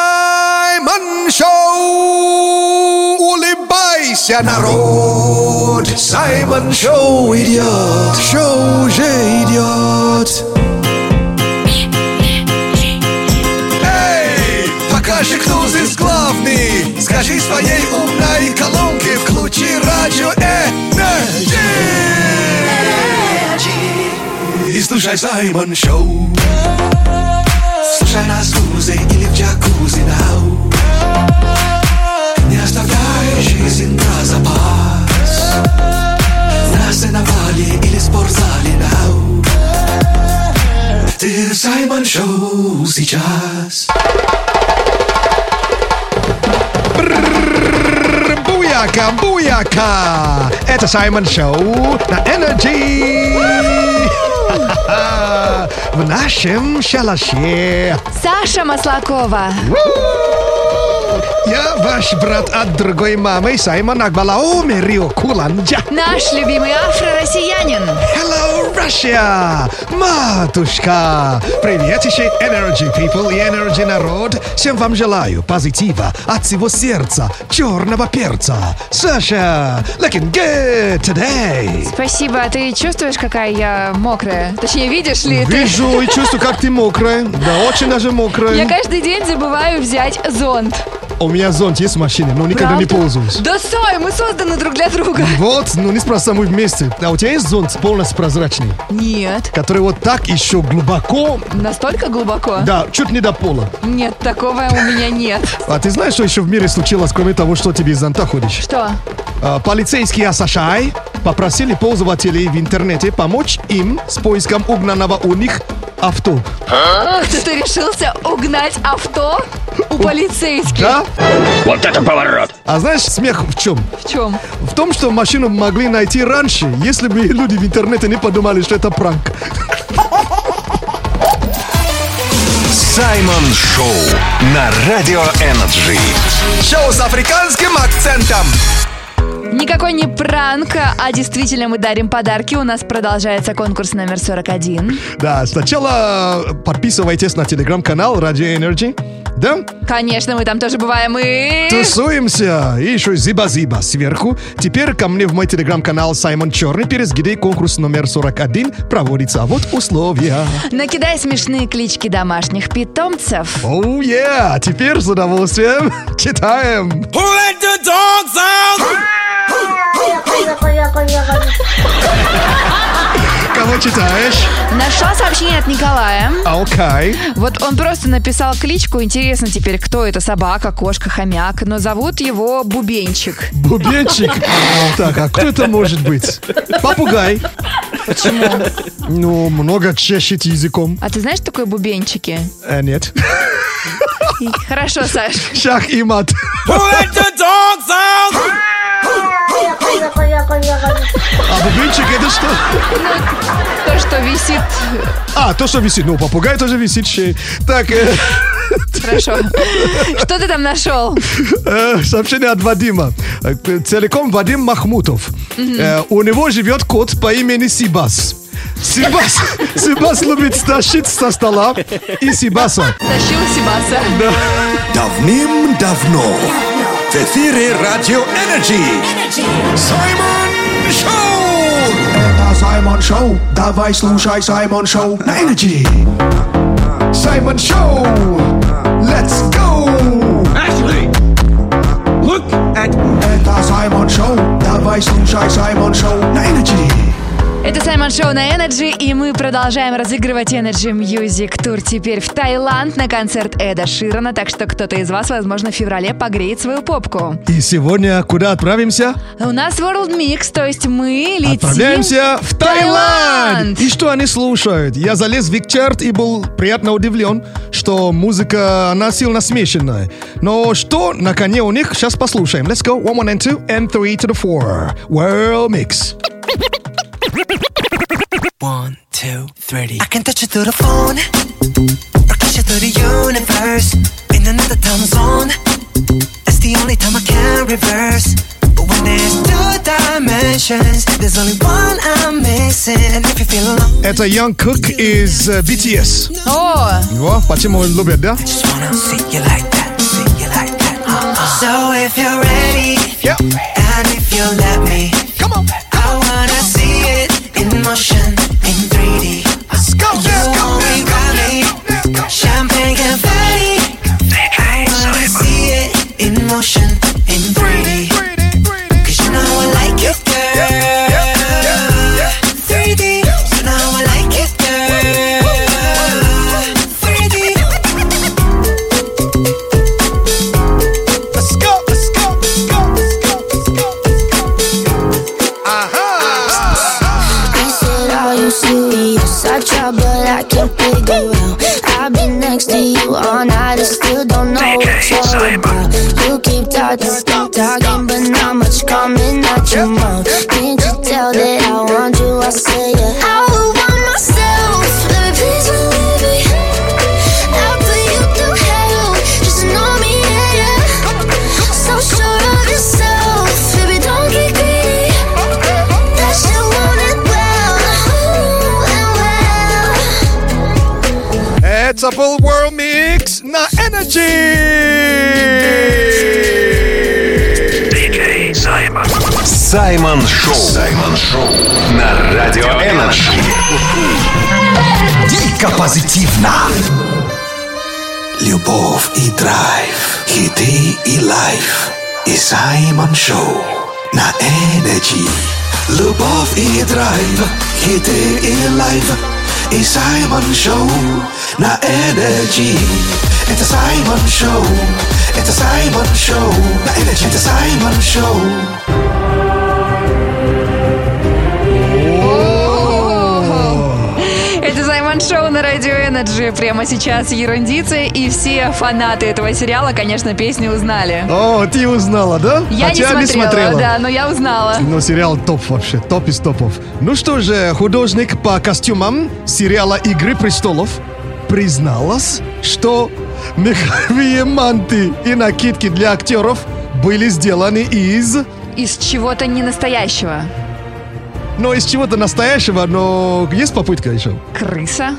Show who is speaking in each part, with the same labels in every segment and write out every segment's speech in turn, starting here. Speaker 1: Саймон Шоу! Улыбайся, народ! Саймон Шоу идет! Шоу уже идет! Эй! Покажи, кто здесь главный! Скажи своей умной колонке, включи радио Энерджи! И слушай Саймон Шоу! Слушай на слузе или в джакузи нау Не оставляй жизнь на запас На сеновале или спортзале нау Ты в Саймон Шоу сейчас
Speaker 2: Буяка, буяка! Это Саймон Шоу на Energy! В нашем шалаше.
Speaker 3: Саша Маслакова.
Speaker 2: Я ваш брат от другой мамы, Саймон Акбалаоми Рио Куланджа.
Speaker 3: Наш любимый афро-россиянин.
Speaker 2: Hello, Russia! Матушка! Привет еще Energy People и Energy Народ! Всем вам желаю позитива от всего сердца, черного перца. Саша, looking good today!
Speaker 3: Спасибо. А ты чувствуешь, какая я мокрая? Точнее, видишь ли ты?
Speaker 2: Вижу и чувствую, как ты мокрая. Да, очень даже мокрая.
Speaker 3: Я каждый день забываю взять зонт.
Speaker 2: У меня зонт есть в машине, но никогда не
Speaker 3: Правда?
Speaker 2: пользуюсь.
Speaker 3: Да стой, мы созданы друг для друга.
Speaker 2: Вот, ну не спроса, мы вместе. А у тебя есть зонт полностью прозрачный,
Speaker 3: Нет,
Speaker 2: который вот так еще глубоко,
Speaker 3: настолько глубоко?
Speaker 2: да, чуть не до пола.
Speaker 3: Нет, такого у меня нет.
Speaker 2: А ты знаешь, что еще в мире случилось, кроме того, что тебе из зонта ходишь?
Speaker 3: Что?
Speaker 2: А, полицейские США попросили пользователей в интернете помочь им с поиском угнанного у них авто.
Speaker 3: Кто-то решился угнать авто у полицейских?
Speaker 2: Да?
Speaker 4: Вот это поворот!
Speaker 2: А знаешь, смех в чем?
Speaker 3: В чем?
Speaker 2: В том, что машину могли найти раньше, если бы люди в интернете не подумали, что это пранк.
Speaker 5: Саймон Шоу на Радио Энерджи.
Speaker 1: Шоу с африканским акцентом!
Speaker 3: Никакой не пранк, а действительно мы дарим подарки. У нас продолжается конкурс номер 41.
Speaker 2: Да, сначала подписывайтесь на телеграм-канал Radio Energy. Да?
Speaker 3: Конечно, мы там тоже бываем и...
Speaker 2: Тусуемся. И еще зиба-зиба сверху. Теперь ко мне в мой телеграм-канал Саймон Черный Перец, где конкурс номер 41 проводится. А вот условия.
Speaker 3: Накидай смешные клички домашних питомцев.
Speaker 2: Оу, yeah! Теперь с удовольствием читаем. Кого читаешь?
Speaker 3: Нашла сообщение от Николая.
Speaker 2: Окей.
Speaker 3: Вот он просто написал кличку. Интересно теперь, кто это? Собака, кошка, хомяк. Но зовут его Бубенчик.
Speaker 2: Бубенчик. Так, а кто это может быть? Попугай. Почему? Ну, много чешет языком.
Speaker 3: А ты знаешь, что такое Бубенчики?
Speaker 2: Э, нет.
Speaker 3: И- Хорошо, Саш.
Speaker 2: Шах и мат. А бубенчик это что?
Speaker 3: То, что висит...
Speaker 2: А, то, что висит. Ну, попугай тоже висит шеей. Так, э,
Speaker 3: Хорошо. Что ты там нашел?
Speaker 2: э, сообщение от Вадима. Э, Целиком Вадим Махмутов. Э, у него живет кот по имени Сибас. Сибас, Сибас любит стащить со стола и Сибаса.
Speaker 3: Тащил Сибаса.
Speaker 1: Давным-давно в эфире Радио Энерджи Саймон Шоу! Это Саймон Шоу, давай слушай Саймон Шоу на Энерджи Саймон Шоу, let's go!
Speaker 4: Ashley! Look at...
Speaker 1: Это Саймон Шоу, давай слушай Саймон Шоу на Энерджи
Speaker 3: Это Саймон Шоу на Energy, и мы продолжаем разыгрывать Energy Music Тур теперь в Таиланд на концерт Эда Ширана, так что кто-то из вас, возможно, в феврале погреет свою попку.
Speaker 2: И сегодня куда отправимся?
Speaker 3: У нас World Mix, то есть мы летим...
Speaker 2: Отправляемся в Таиланд!
Speaker 3: Таиланд!
Speaker 2: И что они слушают? Я залез в их чарт и был приятно удивлен, что музыка, она сильно смешанная. Но что на коне у них, сейчас послушаем. Let's go, one, one, and two, and three to the four. World Mix.
Speaker 6: One, two, three. I can touch you through the phone, or kiss you through the universe. In another time zone, it's the only time I can reverse. But when there's two dimensions, there's only one I'm missing. missing if you feel alone.
Speaker 2: Это Young Cook из э, BTS.
Speaker 3: О,
Speaker 2: Его почему любят, да?
Speaker 6: Just wanna see you like that, see you like that. Uh-uh. So if you're ready,
Speaker 2: Yep.
Speaker 6: and if you let me,
Speaker 2: Come on.
Speaker 6: I wanna see it in motion in 3D.
Speaker 2: Let's go.
Speaker 6: You only got me, champagne confetti. I wanna see it in motion in 3D. 'Cause you know I like it, girl. 3D, you know I like it, girl. 3D.
Speaker 7: I said all you see is such trouble I can't figure out. I've been next to you all night and still don't know what you're about. You keep talking, keep talking, but not much coming out your mouth. Can't you tell that I want you? I say yeah. I would want myself, baby, please believe me. I'll put you through hell, just know me, yeah, yeah. So sure of yourself, baby, don't get greedy. That you want it well, ooh, and well.
Speaker 2: Это был World Mix на Energy.
Speaker 4: DJ Саймон.
Speaker 5: Саймон Шоу. Саймон Шоу. На Радио Энерджи.
Speaker 1: Дико позитивно. Любовь и драйв, хиты и лайф. И Саймон Шоу на Энерджи. Любовь и драйв, хиты и лайф. И Саймон Шоу на Энерджи. Это Саймон Шоу, это Саймон Шоу на Энерджи. Это Саймон Шоу.
Speaker 3: это Саймон Шоу на Радио Энерджи. Прямо сейчас ерундицы, и все фанаты этого сериала, конечно, песни узнали.
Speaker 2: О, ты узнала, да? А
Speaker 3: Я
Speaker 2: Хотя
Speaker 3: не смотрела, да, но я узнала.
Speaker 2: Но Ну, сериал топ вообще, топ из топов. Ну что же, художник по костюмам сериала «Игры престолов» призналась, что меховые манты и накидки для актеров были сделаны из...
Speaker 3: Из чего-то ненастоящего.
Speaker 2: Ну, из чего-то настоящего, но есть попытка еще?
Speaker 3: Крыса.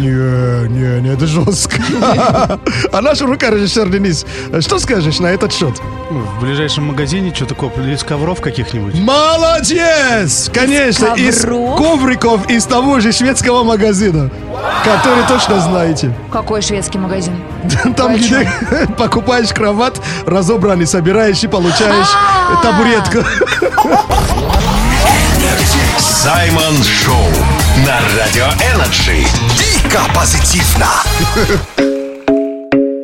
Speaker 2: Не, не, не, это жестко. А наш рукорежиссер Денис, что скажешь на этот счет?
Speaker 8: ну, В ближайшем магазине что-то купили из ковров каких-нибудь.
Speaker 2: Молодец! Конечно, из,
Speaker 3: Из ковров?
Speaker 2: ковриков из того же шведского магазина, который точно знаете.
Speaker 3: Какой шведский магазин?
Speaker 2: Там,
Speaker 3: О
Speaker 2: где покупаешь кроват, разобранный, собираешь и получаешь
Speaker 3: А!
Speaker 2: табуретку.
Speaker 5: Саймон Шоу. На Радио Энерджи.
Speaker 1: Дико позитивно.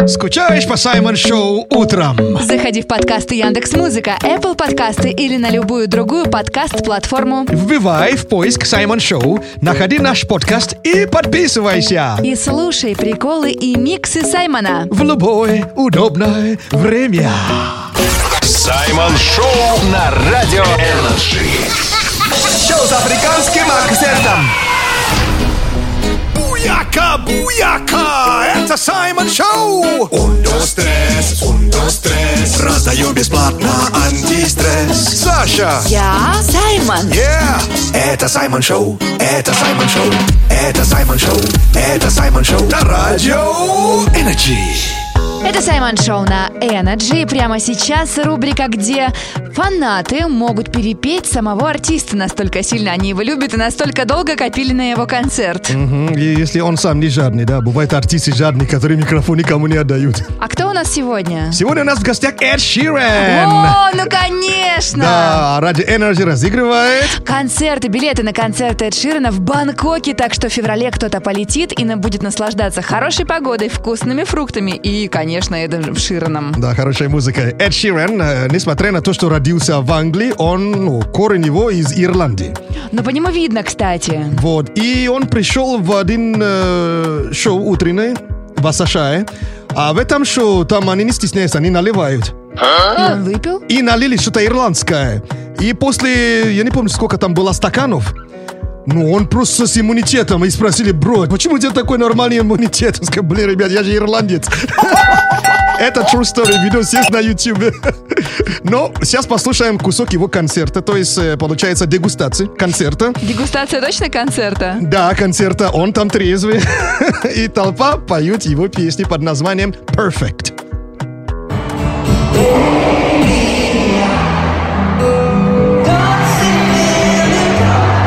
Speaker 2: Скучаешь по Саймон Шоу утром?
Speaker 3: Заходи в подкасты Яндекс Музыка, Apple подкасты или на любую другую подкаст-платформу.
Speaker 2: Вбивай в поиск Саймон Шоу, находи наш подкаст и подписывайся.
Speaker 3: И слушай приколы и миксы Саймона.
Speaker 2: В любое удобное время.
Speaker 5: Саймон Шоу. На Радио Энерджи.
Speaker 1: Шоу с африканским акцентом. Буяка, буяка, это Саймон Шоу. Ундо стресс, ундо стресс. Раздаю бесплатно антистресс. Саша.
Speaker 3: Я Саймон.
Speaker 1: Yeah. Это Саймон Шоу, это Саймон Шоу, это Саймон Шоу, это Саймон Шоу. На радио Energy.
Speaker 3: Это Саймон Шоу на Energy. И Прямо сейчас рубрика, где фанаты могут перепеть самого артиста. Настолько сильно они его любят и настолько долго копили на его концерт.
Speaker 2: Мгм, и Если он сам не жадный, да, бывают артисты жадные, которые микрофон никому не отдают.
Speaker 3: А кто у нас сегодня?
Speaker 2: Сегодня у нас в гостях Эд Ширен.
Speaker 3: О, ну конечно!
Speaker 2: Да, ради Energy разыгрывает.
Speaker 3: Концерты, билеты на концерты Эд Ширана в Бангкоке, так что в феврале кто-то полетит и на- будет наслаждаться хорошей погодой, вкусными фруктами и, конечно, Эдом Шираном.
Speaker 2: Да, хорошая музыка. Эд Ширен, э, несмотря на то, что родился в Англии, он, ну, корень его из Ирландии.
Speaker 3: Но по нему видно, кстати.
Speaker 2: Вот, и он пришел в один э, шоу утреннее в США. А в этом шоу там они не стесняются, они наливают.
Speaker 3: И он выпил?
Speaker 2: и налили что-то ирландское. И после, я не помню, сколько там было стаканов, ну, он просто с иммунитетом. И спросили, бро, почему у тебя такой нормальный иммунитет? Он сказал, блин, ребят, я же ирландец. Это True Story видос есть на YouTube. Но сейчас послушаем кусок его концерта, то есть, э, получается, дегустации концерта.
Speaker 3: Дегустация точно концерта?
Speaker 2: Да, концерта, он там трезвый. И толпа поют его песни под названием «Perfect».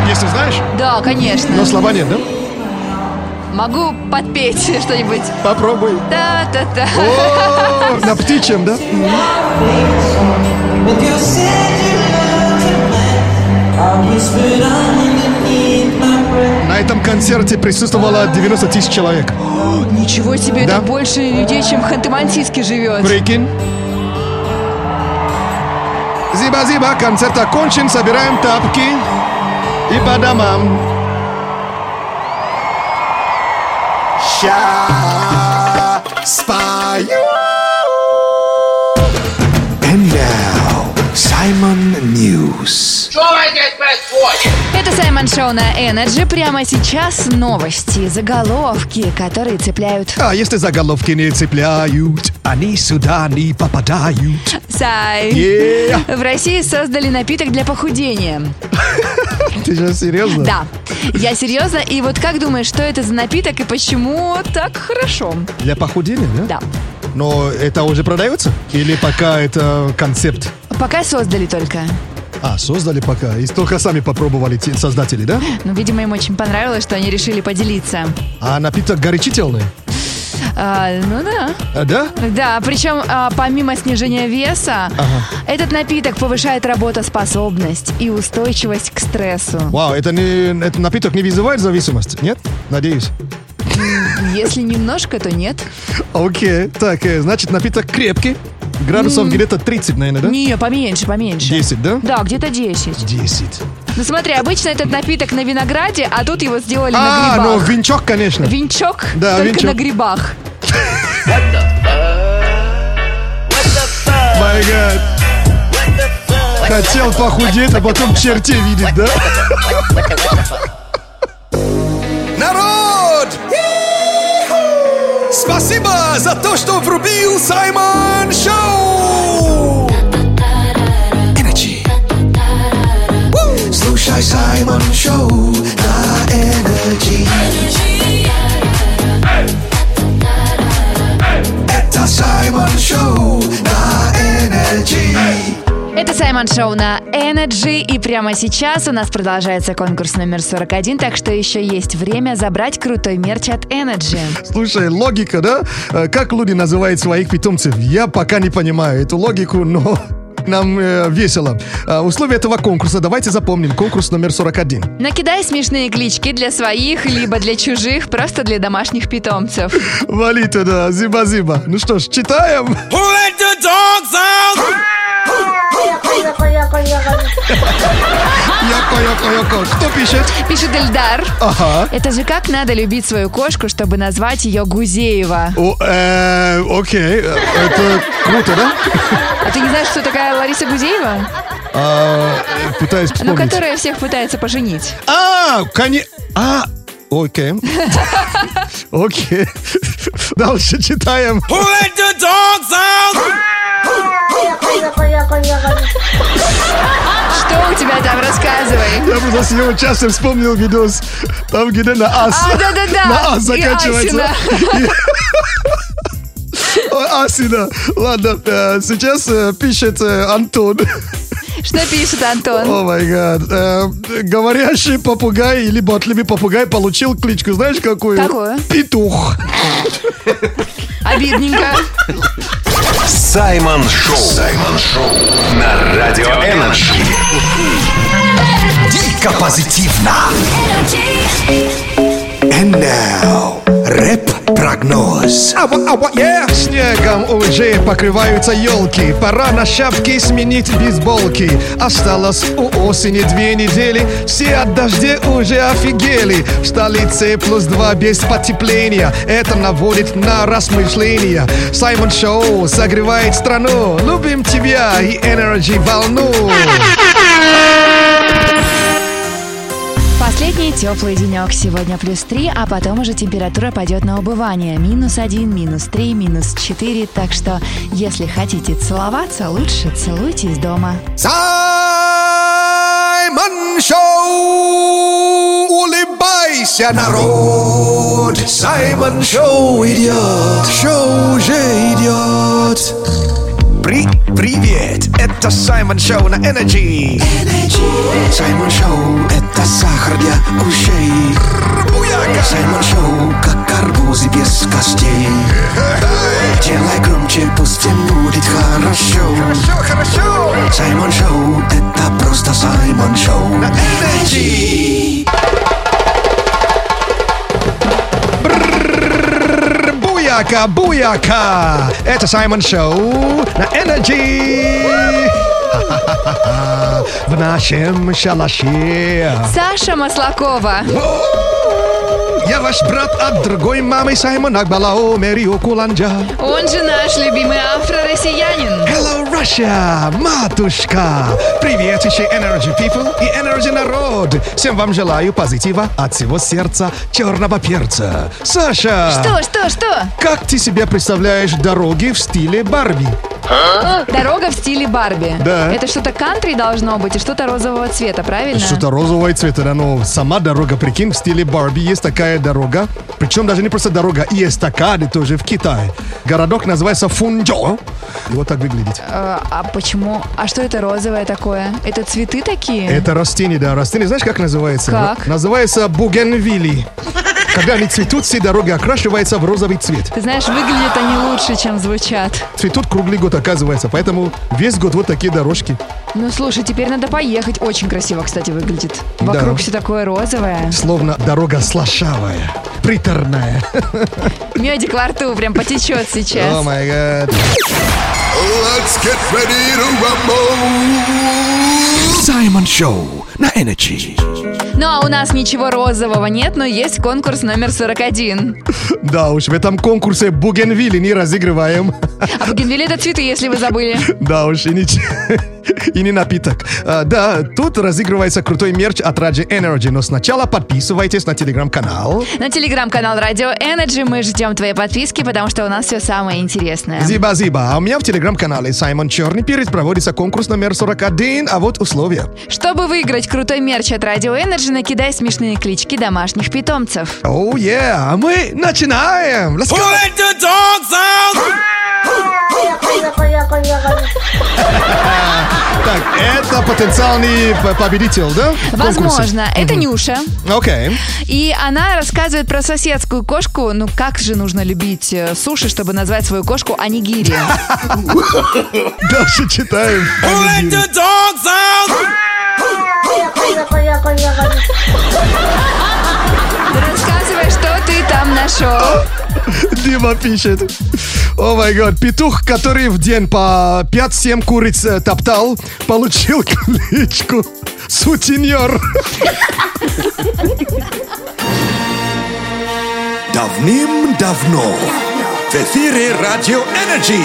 Speaker 2: Если знаешь,
Speaker 3: Да, конечно.
Speaker 2: но слова нет, да?
Speaker 3: Могу подпеть что-нибудь.
Speaker 2: Попробуй.
Speaker 3: Та-та-та.
Speaker 2: О, На птичьем, да? На этом концерте присутствовало 90 тысяч человек.
Speaker 3: Ничего себе,
Speaker 2: Да.
Speaker 3: это больше людей, чем в Ханты-Мансийске живет.
Speaker 2: Прикинь. Зиба-зиба, концерт окончен, собираем тапки и по домам. Ща спою.
Speaker 1: And now, Simon News.
Speaker 3: Это Саймон Шоу на Energy. Прямо сейчас новости, заголовки, которые цепляют.
Speaker 2: А если заголовки не цепляют, они сюда не попадают.
Speaker 3: Сай.
Speaker 2: Е,
Speaker 3: В России создали напиток для похудения.
Speaker 2: Ты же серьезно?
Speaker 3: Да, я серьезно. И вот как думаешь, что это за напиток и почему так хорошо?
Speaker 2: Для похудения,
Speaker 3: Да.
Speaker 2: Но это уже продается? Или пока это концепт?
Speaker 3: Пока создали только.
Speaker 2: А, создали пока. И только сами попробовали те создатели, да?
Speaker 3: Ну, видимо, им очень понравилось, что они решили поделиться.
Speaker 2: А напиток горячительный?
Speaker 3: А, ну да.
Speaker 2: А, да?
Speaker 3: Да, причем а, помимо снижения веса, этот напиток повышает работоспособность и устойчивость к стрессу.
Speaker 2: Вау, это не это напиток не вызывает зависимость, нет? Надеюсь.
Speaker 3: Если немножко, то нет.
Speaker 2: Окей, так, э, значит, напиток крепкий. Градусов где-то 30, наверное, да?
Speaker 3: Не, поменьше, поменьше.
Speaker 2: 10, да?
Speaker 3: Да, где-то 10.
Speaker 2: 10.
Speaker 3: Ну смотри, обычно этот напиток на винограде, а тут его сделали
Speaker 2: А,
Speaker 3: на
Speaker 2: ну,
Speaker 3: грибах.
Speaker 2: венчок, конечно.
Speaker 3: Венчок
Speaker 2: Да,
Speaker 3: только
Speaker 2: венчок.
Speaker 3: на грибах.
Speaker 2: My God. Хотел похудеть, а потом черти видит, да?
Speaker 1: Народ! Спасибо за то, что врубил Саймон Шоу! Energy. Woo! Слушай Саймон Шоу на Energy. Это Саймон Шоу на Energy.
Speaker 3: Это Саймон Шоу на Energy, и прямо сейчас у нас продолжается конкурс номер 41, так что еще есть время забрать крутой мерч от Energy.
Speaker 2: Слушай, логика, да? Э, Как люди называют своих питомцев? Я пока не понимаю эту логику, но нам э, весело. Э, условия этого конкурса давайте запомним. Конкурс номер 41.
Speaker 3: Накидай смешные клички для своих, либо для чужих, просто для домашних питомцев.
Speaker 2: Вали туда, зиба-зиба. Ну что ж, читаем.
Speaker 4: Who let the dogs out?
Speaker 2: Яко, яко, яко. Кто пишет?
Speaker 3: Пишет Эльдар.
Speaker 2: Ага.
Speaker 3: Это же как надо любить свою кошку, чтобы назвать ее Гузеева.
Speaker 2: О, э, окей, Э, это круто, да?
Speaker 3: А ты не знаешь, что такая Лариса Гузеева?
Speaker 2: А, э, пытаюсь
Speaker 3: Ну,
Speaker 2: вспомнить.
Speaker 3: которая всех пытается поженить.
Speaker 2: А, коне... А, окей. Окей. Дальше читаем.
Speaker 4: Who let the dogs out?
Speaker 3: Что у тебя там? Рассказывай.
Speaker 2: Я просто сегодня часто вспомнил видос, там где на ас.
Speaker 3: А, да-да-да.
Speaker 2: На ас
Speaker 3: И
Speaker 2: заканчивается. Ой, Асина. Ладно, э, сейчас э, пишет э, Антон.
Speaker 3: Что пишет Антон?
Speaker 2: О май гад. Э, Говорящий попугай или ботливый попугай получил кличку, знаешь, какую?
Speaker 3: Какую?
Speaker 2: Петух.
Speaker 3: Обидненько.
Speaker 5: Саймон Шоу. Саймон Шоу на Радио Энерджи.
Speaker 1: Дико позитивно. And now, рэп-прогноз.
Speaker 2: Снегом уже покрываются елки. Пора на шапки сменить бейсболки. Осталось у осени две недели. Все от дождей уже офигели. В столице плюс два без потепления. Это наводит на размышления. Саймон Шоу согревает страну. Любим тебя и Energy волну.
Speaker 3: По Последний теплый денек сегодня плюс 3, а потом уже температура пойдет на убывание. Минус 1, минус 3, минус 4. Так что, если хотите целоваться, лучше целуйте из дома.
Speaker 1: Саймон Шоу! Улыбайся, народ! Саймон Шоу идет! Шоу уже идет! При привет! Это Саймон Шоу на Energy! Саймон Шоу – это сахар для ушей! Саймон Шоу – как арбузы без костей! Делай громче, пусть всем будет хорошо! Саймон Шоу – это просто Саймон Шоу на Energy!
Speaker 2: Буяка, буяка! Это Саймон Шоу на Energy! Ха-ха-ха-ха. В нашем шалаше.
Speaker 3: Саша Маслакова.
Speaker 2: Я ваш брат от другой мамы Саймон Акбалао Мерио Куланджа.
Speaker 3: Он же наш любимый афро-россиянин.
Speaker 2: Hello, Russia! Матушка! Привет еще Energy People и Energy Народ! Всем вам желаю позитива от всего сердца черного перца. Саша!
Speaker 3: Что, что, что?
Speaker 2: Как ты себе представляешь дороги в стиле Барби?
Speaker 3: Дорога в стиле Барби.
Speaker 2: Да.
Speaker 3: Это что-то кантри должно быть и что-то розового цвета, правильно?
Speaker 2: Что-то розового цвета, да, но сама дорога, прикинь, в стиле Барби есть такая дорога. Причем даже не просто дорога, и эстакады тоже в Китае. Городок называется Фунджо. И вот так выглядит.
Speaker 3: Э, А почему? А что это розовое такое? Это цветы такие?
Speaker 2: Это растение, да. Растение, знаешь, как называется?
Speaker 3: Как?
Speaker 2: Называется бугенвили. Когда они цветут, все дороги окрашиваются в розовый цвет.
Speaker 3: Ты знаешь, выглядят они лучше, чем звучат.
Speaker 2: Цветут круглый год, оказывается. Поэтому весь год вот такие дорожки.
Speaker 3: Ну слушай, теперь надо поехать. Очень красиво, кстати, выглядит. Вокруг
Speaker 2: Да.
Speaker 3: все такое розовое.
Speaker 2: Словно дорога слащавая, приторная.
Speaker 3: Медик во рту прям потечет сейчас.
Speaker 2: май гад.
Speaker 1: Let's get ready to rumble! Саймон Шоу на Energy.
Speaker 3: Ну а у нас ничего розового нет, но есть конкурс номер 41.
Speaker 2: Да уж, в этом конкурсе бугенвили не разыгрываем.
Speaker 3: А бугенвилли это цветы, если вы забыли.
Speaker 2: Да уж, и не, ч- и не напиток. А, да, тут разыгрывается крутой мерч от Раджи Energy, но сначала подписывайтесь на телеграм-канал.
Speaker 3: На телеграм-канал Радио Energy мы ждем твои подписки, потому что у нас все самое интересное.
Speaker 2: Зиба-зиба. А у меня в телеграм-канале Саймон Черный Перец проводится конкурс номер 41, а вот условия.
Speaker 3: Чтобы выиграть крутой мерч от Радио Energy, накидай смешные клички домашних питомцев.
Speaker 2: Оу, yeah, а мы начинаем! Let's go!
Speaker 4: Let the dogs out!
Speaker 2: Так, это потенциальный п- победитель, да? в конкурсе?
Speaker 3: Возможно, это Нюша.
Speaker 2: Окей.
Speaker 3: И она рассказывает про соседскую кошку. Ну, как же нужно любить э, суши, чтобы назвать свою кошку Анигири?
Speaker 2: Дальше читаем.
Speaker 4: Let the dogs out!
Speaker 3: Рассказывай, что ты там нашел.
Speaker 2: Дима пишет. О май гад, петух, который в день по 5-7 куриц э, топтал, получил кличку сутеньор.
Speaker 1: Давным-давно в эфире Радио Energy.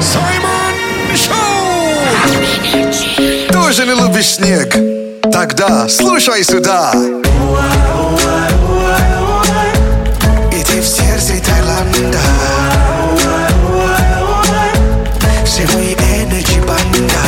Speaker 1: Саймон Шоу! Тоже не любишь снег? Тогда слушай сюда. Иди в сердце Таиланда. Все мы Energy банда.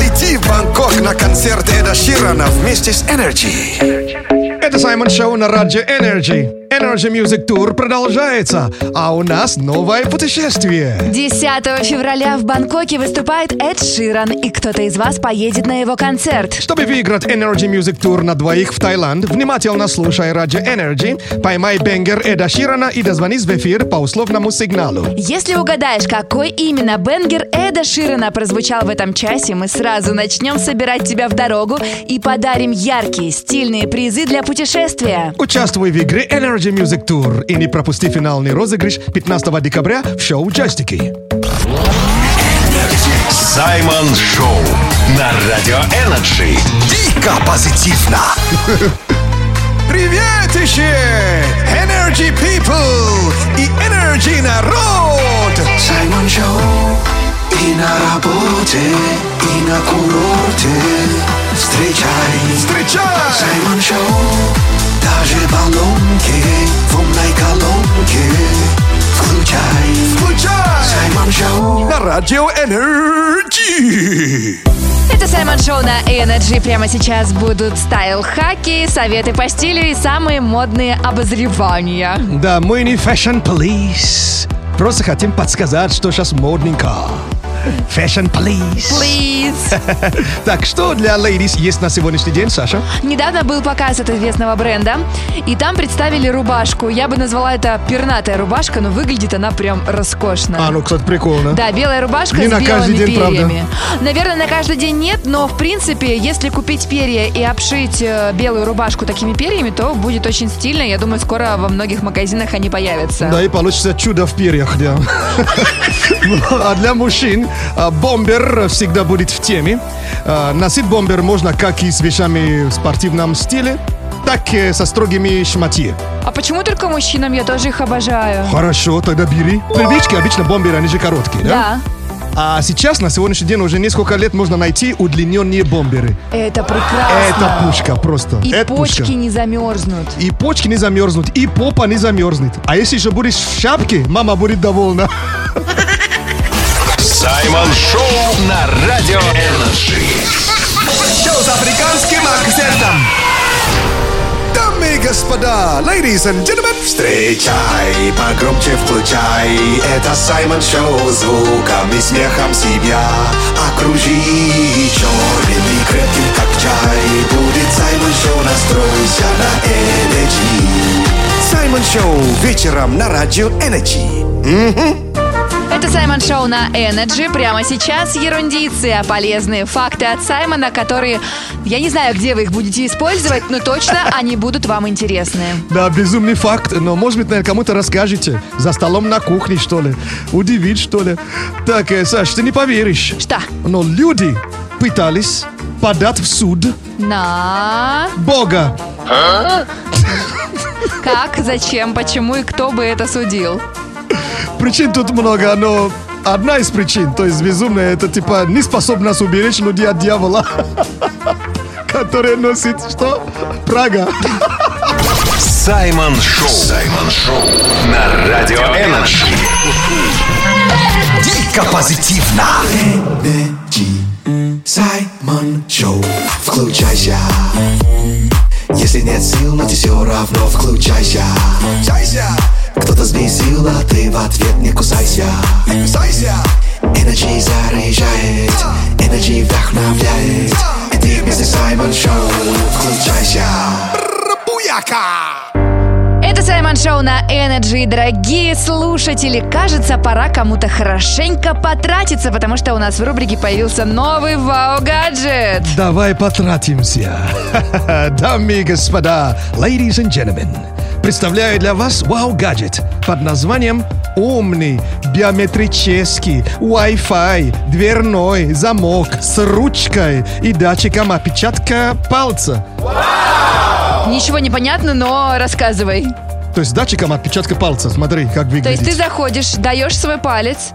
Speaker 1: Лети в Бангкок на концерт Эда Ширана вместе с Energy.
Speaker 2: Это Саймон Шоу на Радио Energy. Energy Music Tour продолжается, а у нас новое путешествие.
Speaker 3: 10 февраля в Бангкоке выступает Эд Ширан, и кто-то из вас поедет на его концерт.
Speaker 2: Чтобы выиграть Energy Music Tour на двоих в Таиланд, внимательно слушай Радио Energy, поймай бенгер Эда Ширана и дозвонись в эфир по условному сигналу.
Speaker 3: Если угадаешь, какой именно бенгер Эда Ширана прозвучал в этом часе, мы сразу начнем собирать тебя в дорогу и подарим яркие, стильные призы для путешествия.
Speaker 2: Участвуй в игре Energy Music Tour и не пропусти финальный розыгрыш 15 декабря в шоу «Джастики».
Speaker 5: Саймон Шоу на Радио Энерджи.
Speaker 1: дико позитивно. Привет еще! Energy People и Energy Народ! Саймон Шоу и на работе, и на курорте. Встретимся Встречай
Speaker 2: Встречай!
Speaker 1: Саймон Шоу Даже баллонки в умной колонке Включай
Speaker 2: Включай!
Speaker 1: Саймон Шоу
Speaker 2: На радио Энерджи!
Speaker 3: Это Саймон Шоу на Energy. Прямо сейчас будут стайл-хаки, советы по стилю и самые модные обозревания.
Speaker 2: Да, мы не Fashion Police. Просто хотим подсказать, что сейчас модненько. Fashion Police.
Speaker 3: Please.
Speaker 2: Так, что для ladies есть на сегодняшний день, Саша?
Speaker 3: Недавно был показ от известного бренда, и там представили рубашку. Я бы назвала это пернатая рубашка, но выглядит она прям роскошно.
Speaker 2: ну, кстати, прикольно.
Speaker 3: Да, белая рубашка
Speaker 2: Не
Speaker 3: с
Speaker 2: на
Speaker 3: белыми
Speaker 2: каждый день, правда.
Speaker 3: перьями. Наверное, на каждый день нет, но в принципе, если купить перья и обшить э, белую рубашку такими перьями, то будет очень стильно. Я думаю, скоро во многих магазинах они появятся.
Speaker 2: Да, и получится чудо в перьях, да. Ну, А для мужчин а, бомбер всегда будет в теме. А, Носить бомбер можно как и с вещами в спортивном стиле, так и со строгими шматье.
Speaker 3: А почему только мужчинам? Я тоже их обожаю.
Speaker 2: Хорошо, тогда бери. Привычки обычно бомберы, они же короткие, да?
Speaker 3: Да.
Speaker 2: А сейчас, на сегодняшний день, уже несколько лет можно найти удлиненные бомберы.
Speaker 3: Это
Speaker 2: Это
Speaker 3: прекрасно.
Speaker 2: пушка просто.
Speaker 3: И
Speaker 2: Это
Speaker 3: почки
Speaker 2: пушка.
Speaker 3: не замерзнут.
Speaker 2: И почки не замерзнут, и попа не замерзнет. А если еще будешь в шапке, мама будет довольна.
Speaker 5: Саймон Шоу на Радио Энерджи.
Speaker 2: Шоу с африканским акцентом.
Speaker 1: Дамы и господа, ladies and gentlemen Встречай, погромче включай Это Саймон Шоу Звуком и смехом себя Окружи черным и крепким, как чай Будет Саймон Шоу, настройся на Energy Саймон Шоу вечером на радио Energy
Speaker 3: Это Саймон Шоу на Energy. Прямо сейчас ерундицы, а полезные факты от Саймона, которые... Я не знаю, где вы их будете использовать, но точно они будут вам интересны.
Speaker 2: Да, безумный факт, но, может быть, наверное, кому-то расскажете. За столом на кухне, что ли. Удивить, что ли. Так, э, Саш, ты не поверишь.
Speaker 3: Что?
Speaker 2: Но люди пытались подать в суд
Speaker 3: На...
Speaker 2: Бога.
Speaker 3: Как, зачем, почему и кто бы это судил?
Speaker 2: Причин тут много, но одна из причин, то есть безумная, это типа не способность уберечь людей от дьявола, который носит что? Прага.
Speaker 5: Саймон Шоу. Саймон Шоу на Радио Энерджи.
Speaker 1: Energy Саймон Шоу Включайся Если нет сил, но ты все равно включайся Кто-то сбесил, а ты в ответ не кусайся jako Energy заряжает Energy вдохновляет И ты вместе с Саймон Шоу Включайся
Speaker 3: Это Саймон Шоу на Energy, дорогие слушатели. Кажется, пора кому-то хорошенько потратиться, потому что у нас в рубрике появился новый вау-гаджет.
Speaker 2: Давай потратимся. Дамы и господа, ladies and gentlemen, представляю для вас вау-гаджет под названием «Умный биометрический Wi-Fi дверной замок с ручкой и датчиком отпечатка пальца».
Speaker 3: Ничего не понятно, но рассказывай.
Speaker 2: То есть с датчиком отпечатка пальца, смотри, как выглядит.
Speaker 3: То есть ты заходишь, даешь свой палец.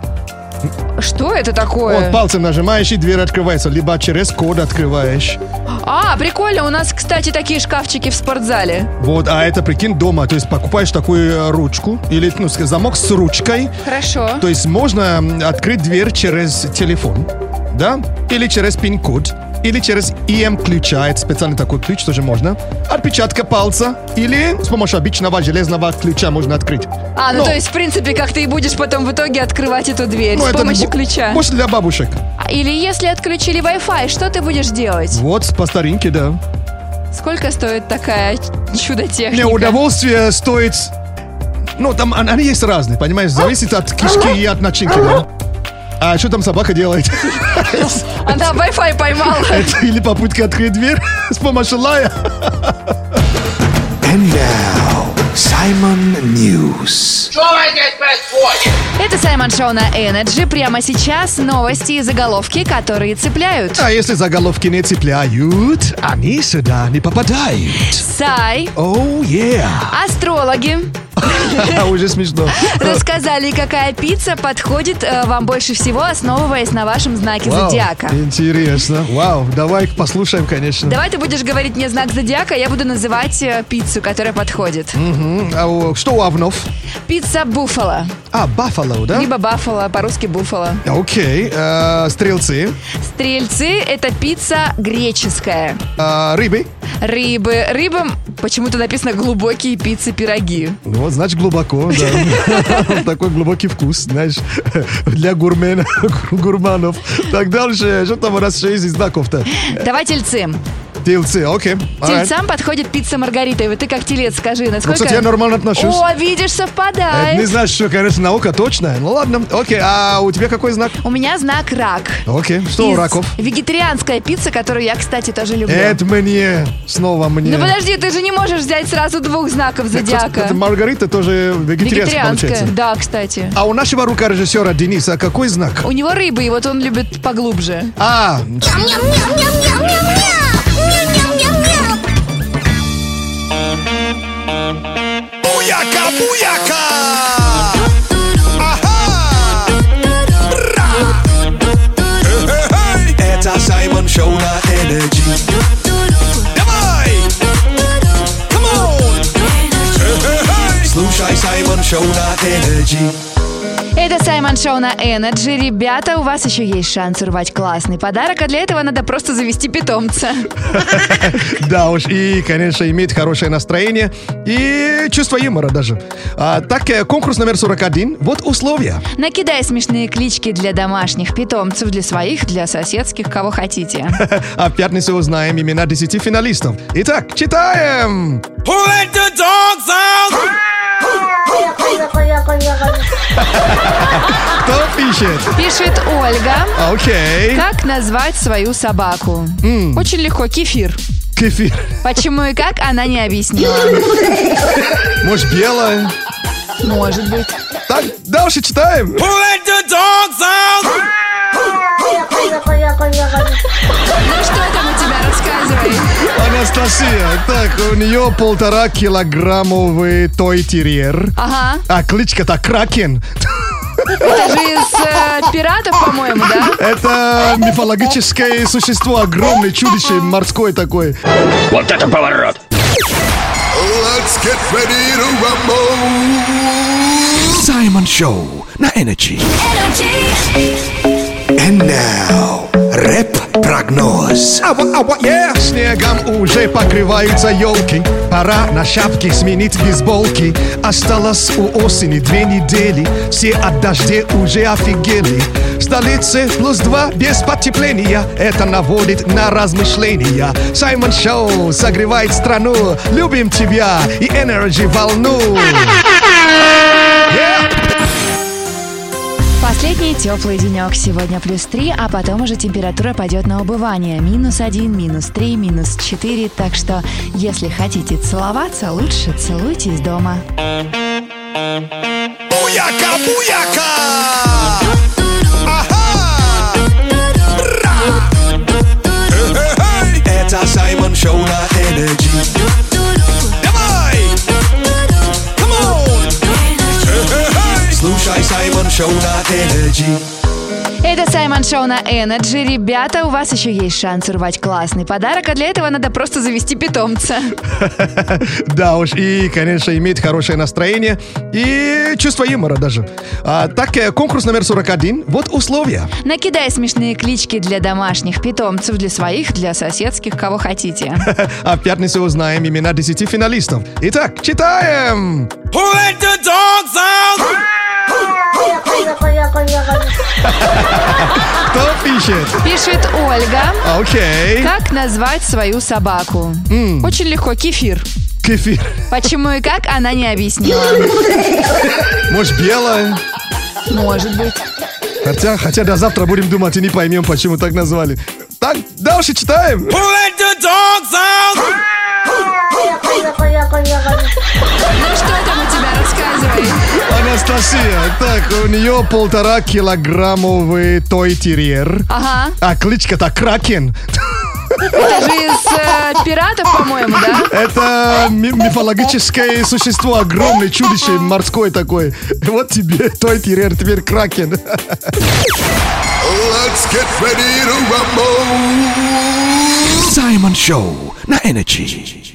Speaker 3: Что это
Speaker 2: Вот
Speaker 3: такое?
Speaker 2: пальцем нажимаешь, и дверь открывается, либо через код открываешь.
Speaker 3: А, прикольно, у нас, кстати, такие шкафчики в спортзале.
Speaker 2: Вот, а это, прикинь, дома, то есть покупаешь такую э, ручку, или, ну, ск- замок с ручкой,
Speaker 3: Хорошо.
Speaker 2: то есть можно м, открыть дверь через телефон, да, или через пин-код, или через EM-ключа, это специальный такой ключ, тоже можно, отпечатка пальца, или с помощью обычного железного ключа можно открыть.
Speaker 3: А, ну
Speaker 2: Но-
Speaker 3: то есть, в принципе, как ты и будешь потом в итоге открывать эту дверь
Speaker 2: Ну,
Speaker 3: с
Speaker 2: это
Speaker 3: помощью
Speaker 2: бо-
Speaker 3: ключа.
Speaker 2: Больше для бабушек.
Speaker 3: Или если отключили Wi-Fi, что ты будешь делать?
Speaker 2: Вот, по старинке, да.
Speaker 3: Сколько стоит такая
Speaker 2: Не,
Speaker 3: чудо-техника?
Speaker 2: удовольствие стоит... Ну, там он- они есть разные, понимаешь? Зависит от кишки и от начинки, да? А что там собака делает?
Speaker 3: Она А, Wi-Fi поймала.
Speaker 2: Это или попытка открыть дверь с помощью лая?
Speaker 1: And now Саймон News
Speaker 3: Это Саймон Шоу на Energy. Прямо сейчас новости и заголовки, которые цепляют.
Speaker 2: А если заголовки не цепляют, они сюда не попадают.
Speaker 3: Сай,
Speaker 2: Оу, oh, yeah.
Speaker 3: астрологи
Speaker 2: А уже смешно.
Speaker 3: Рассказали, какая пицца подходит э, вам больше всего, основываясь на вашем знаке
Speaker 2: Вау,
Speaker 3: зодиака.
Speaker 2: Интересно. Вау, давай послушаем, конечно.
Speaker 3: Давай ты будешь говорить мне знак зодиака, я буду называть э, пиццу, которая подходит.
Speaker 2: М, А у- что у Овнов?
Speaker 3: Пицца буфала.
Speaker 2: А, Баффало, да?
Speaker 3: Либо бафала, по-русски буфала.
Speaker 2: Окей. э, Стрелцы.
Speaker 3: Стрельцы – это пицца греческая.
Speaker 2: э, Рыбы.
Speaker 3: Рыбы. Рыбам почему-то написано глубокие пиццы-пироги.
Speaker 2: Ну, Вот, значит, глубоко, да. Такой глубокий вкус, знаешь, для гурмена, гурманов. Так дальше, что там у нас шесть знаков-то?
Speaker 3: Давай тельцы.
Speaker 2: Тельцы, окей. alright.
Speaker 3: Тельцам подходит пицца маргарита. И вот ты как телец, скажи,
Speaker 2: Ну,
Speaker 3: насколько...
Speaker 2: кстати, я нормально отношусь.
Speaker 3: О, видишь,
Speaker 2: Это не
Speaker 3: совпадает.
Speaker 2: значит, что, конечно, наука точная. Ну ладно, окей, а у тебя какой знак?
Speaker 3: У меня знак рак.
Speaker 2: Окей, что у
Speaker 3: Из-
Speaker 2: раков?
Speaker 3: Вегетарианская пицца, которую я, кстати, тоже люблю.
Speaker 2: Это мне, снова мне.
Speaker 3: Ну подожди, ты же не можешь взять сразу двух знаков
Speaker 2: Так, кстати,
Speaker 3: зодиака.
Speaker 2: это Маргарита тоже вегетарианская,
Speaker 3: Вегетарианская.
Speaker 2: получается.
Speaker 3: Да, кстати.
Speaker 2: А у нашего рукорежиссера Дениса какой знак?
Speaker 3: У него рыбы, и вот он любит поглубже.
Speaker 2: А,
Speaker 1: Буяка, буяка! Ага! Ра! Э-э-эй! Это Саймон Шоу на Энерджи. Давай! Come on! Э-э-эй! Слушай Саймон Шоу на Энерджи.
Speaker 3: Это Саймон Шоу на Energy. Ребята, у вас еще есть шанс урвать классный подарок, а для этого надо просто завести питомца.
Speaker 2: Да уж, и, конечно, иметь хорошее настроение и чувство юмора даже. А, так, э, конкурс номер 41. Вот условия.
Speaker 3: Накидай смешные клички для домашних питомцев, для своих, для соседских, кого хотите.
Speaker 2: А в пятницу узнаем имена 10 финалистов. Итак, читаем!
Speaker 9: Who let the dogs out?
Speaker 2: Кто пишет?
Speaker 3: Пишет Ольга.
Speaker 2: Окей.
Speaker 3: Как назвать свою собаку? Очень легко. Кефир.
Speaker 2: Кефир.
Speaker 3: Почему и как, она не объяснила.
Speaker 2: Может, белая?
Speaker 3: Может быть.
Speaker 2: Так, дальше читаем.
Speaker 9: Who let the dogs out?
Speaker 3: Ну что там у тебя, рассказывай.
Speaker 2: Анастасия. Так, у нее полтора килограммовый той терьер.
Speaker 3: Ага.
Speaker 2: А кличка-то Кракен.
Speaker 3: Это же из э, пиратов, по-моему, да?
Speaker 2: Это мифологическое существо, огромное чудище морское такое.
Speaker 5: Вот это поворот!
Speaker 1: Let's get ready to rumble. Саймон Шоу на Энерджи. And now, рэп-прогноз.
Speaker 2: Снегом уже покрываются елки Пора на шапки сменить бейсболки Осталось у осени две недели Все от дождей уже офигели В столице плюс два без потепления Это наводит на размышления Саймон Шоу согревает страну Любим тебя и энерджи волну Yeah!
Speaker 3: Последний теплый денек сегодня плюс 3, а потом уже температура пойдет на убывание. Минус 1, минус 3, минус 4. Так что, если хотите целоваться, лучше целуйте из дома.
Speaker 1: Буяка, буяка! Ага! Ра! Э-э-эй! Это Саймон Шоу на Энерджи. Давай! Come on! Э-э-эй! Слушай Саймон Шоу на Энерджи.
Speaker 3: Это Саймон Шоу на Energy. Ребята, у вас еще есть шанс урвать классный подарок, а для этого надо просто завести питомца.
Speaker 2: Да уж, и, конечно, иметь хорошее настроение и чувство юмора даже. А, так, э, конкурс номер 41. Вот условия.
Speaker 3: Накидай смешные клички для домашних питомцев, для своих, для соседских, кого хотите.
Speaker 2: А в пятницу узнаем имена 10 финалистов. Итак, читаем!
Speaker 9: Who let the dogs out?
Speaker 2: Кто пишет?
Speaker 3: Пишет Ольга.
Speaker 2: Окей.
Speaker 3: Как назвать свою собаку? Очень легко. Кефир.
Speaker 2: Кефир.
Speaker 3: Почему и как, она не объяснила.
Speaker 2: Может, белая?
Speaker 3: Может быть.
Speaker 2: Хотя, хотя до завтра будем думать и не поймем, почему так назвали. Так, дальше читаем.
Speaker 9: Who let the dogs out?
Speaker 3: Ну что там у тебя, рассказывай.
Speaker 2: Анастасия. Так, у нее полтора килограммовый той терьер.
Speaker 3: Ага.
Speaker 2: А кличка-то Кракен.
Speaker 3: Это же из э, пиратов, по-моему, да?
Speaker 2: Это ми- мифологическое существо, огромное чудище морское такое. Вот тебе, той теперь, теперь кракен.
Speaker 10: Let's get ready to rumble.
Speaker 1: Саймон Шоу на Energy.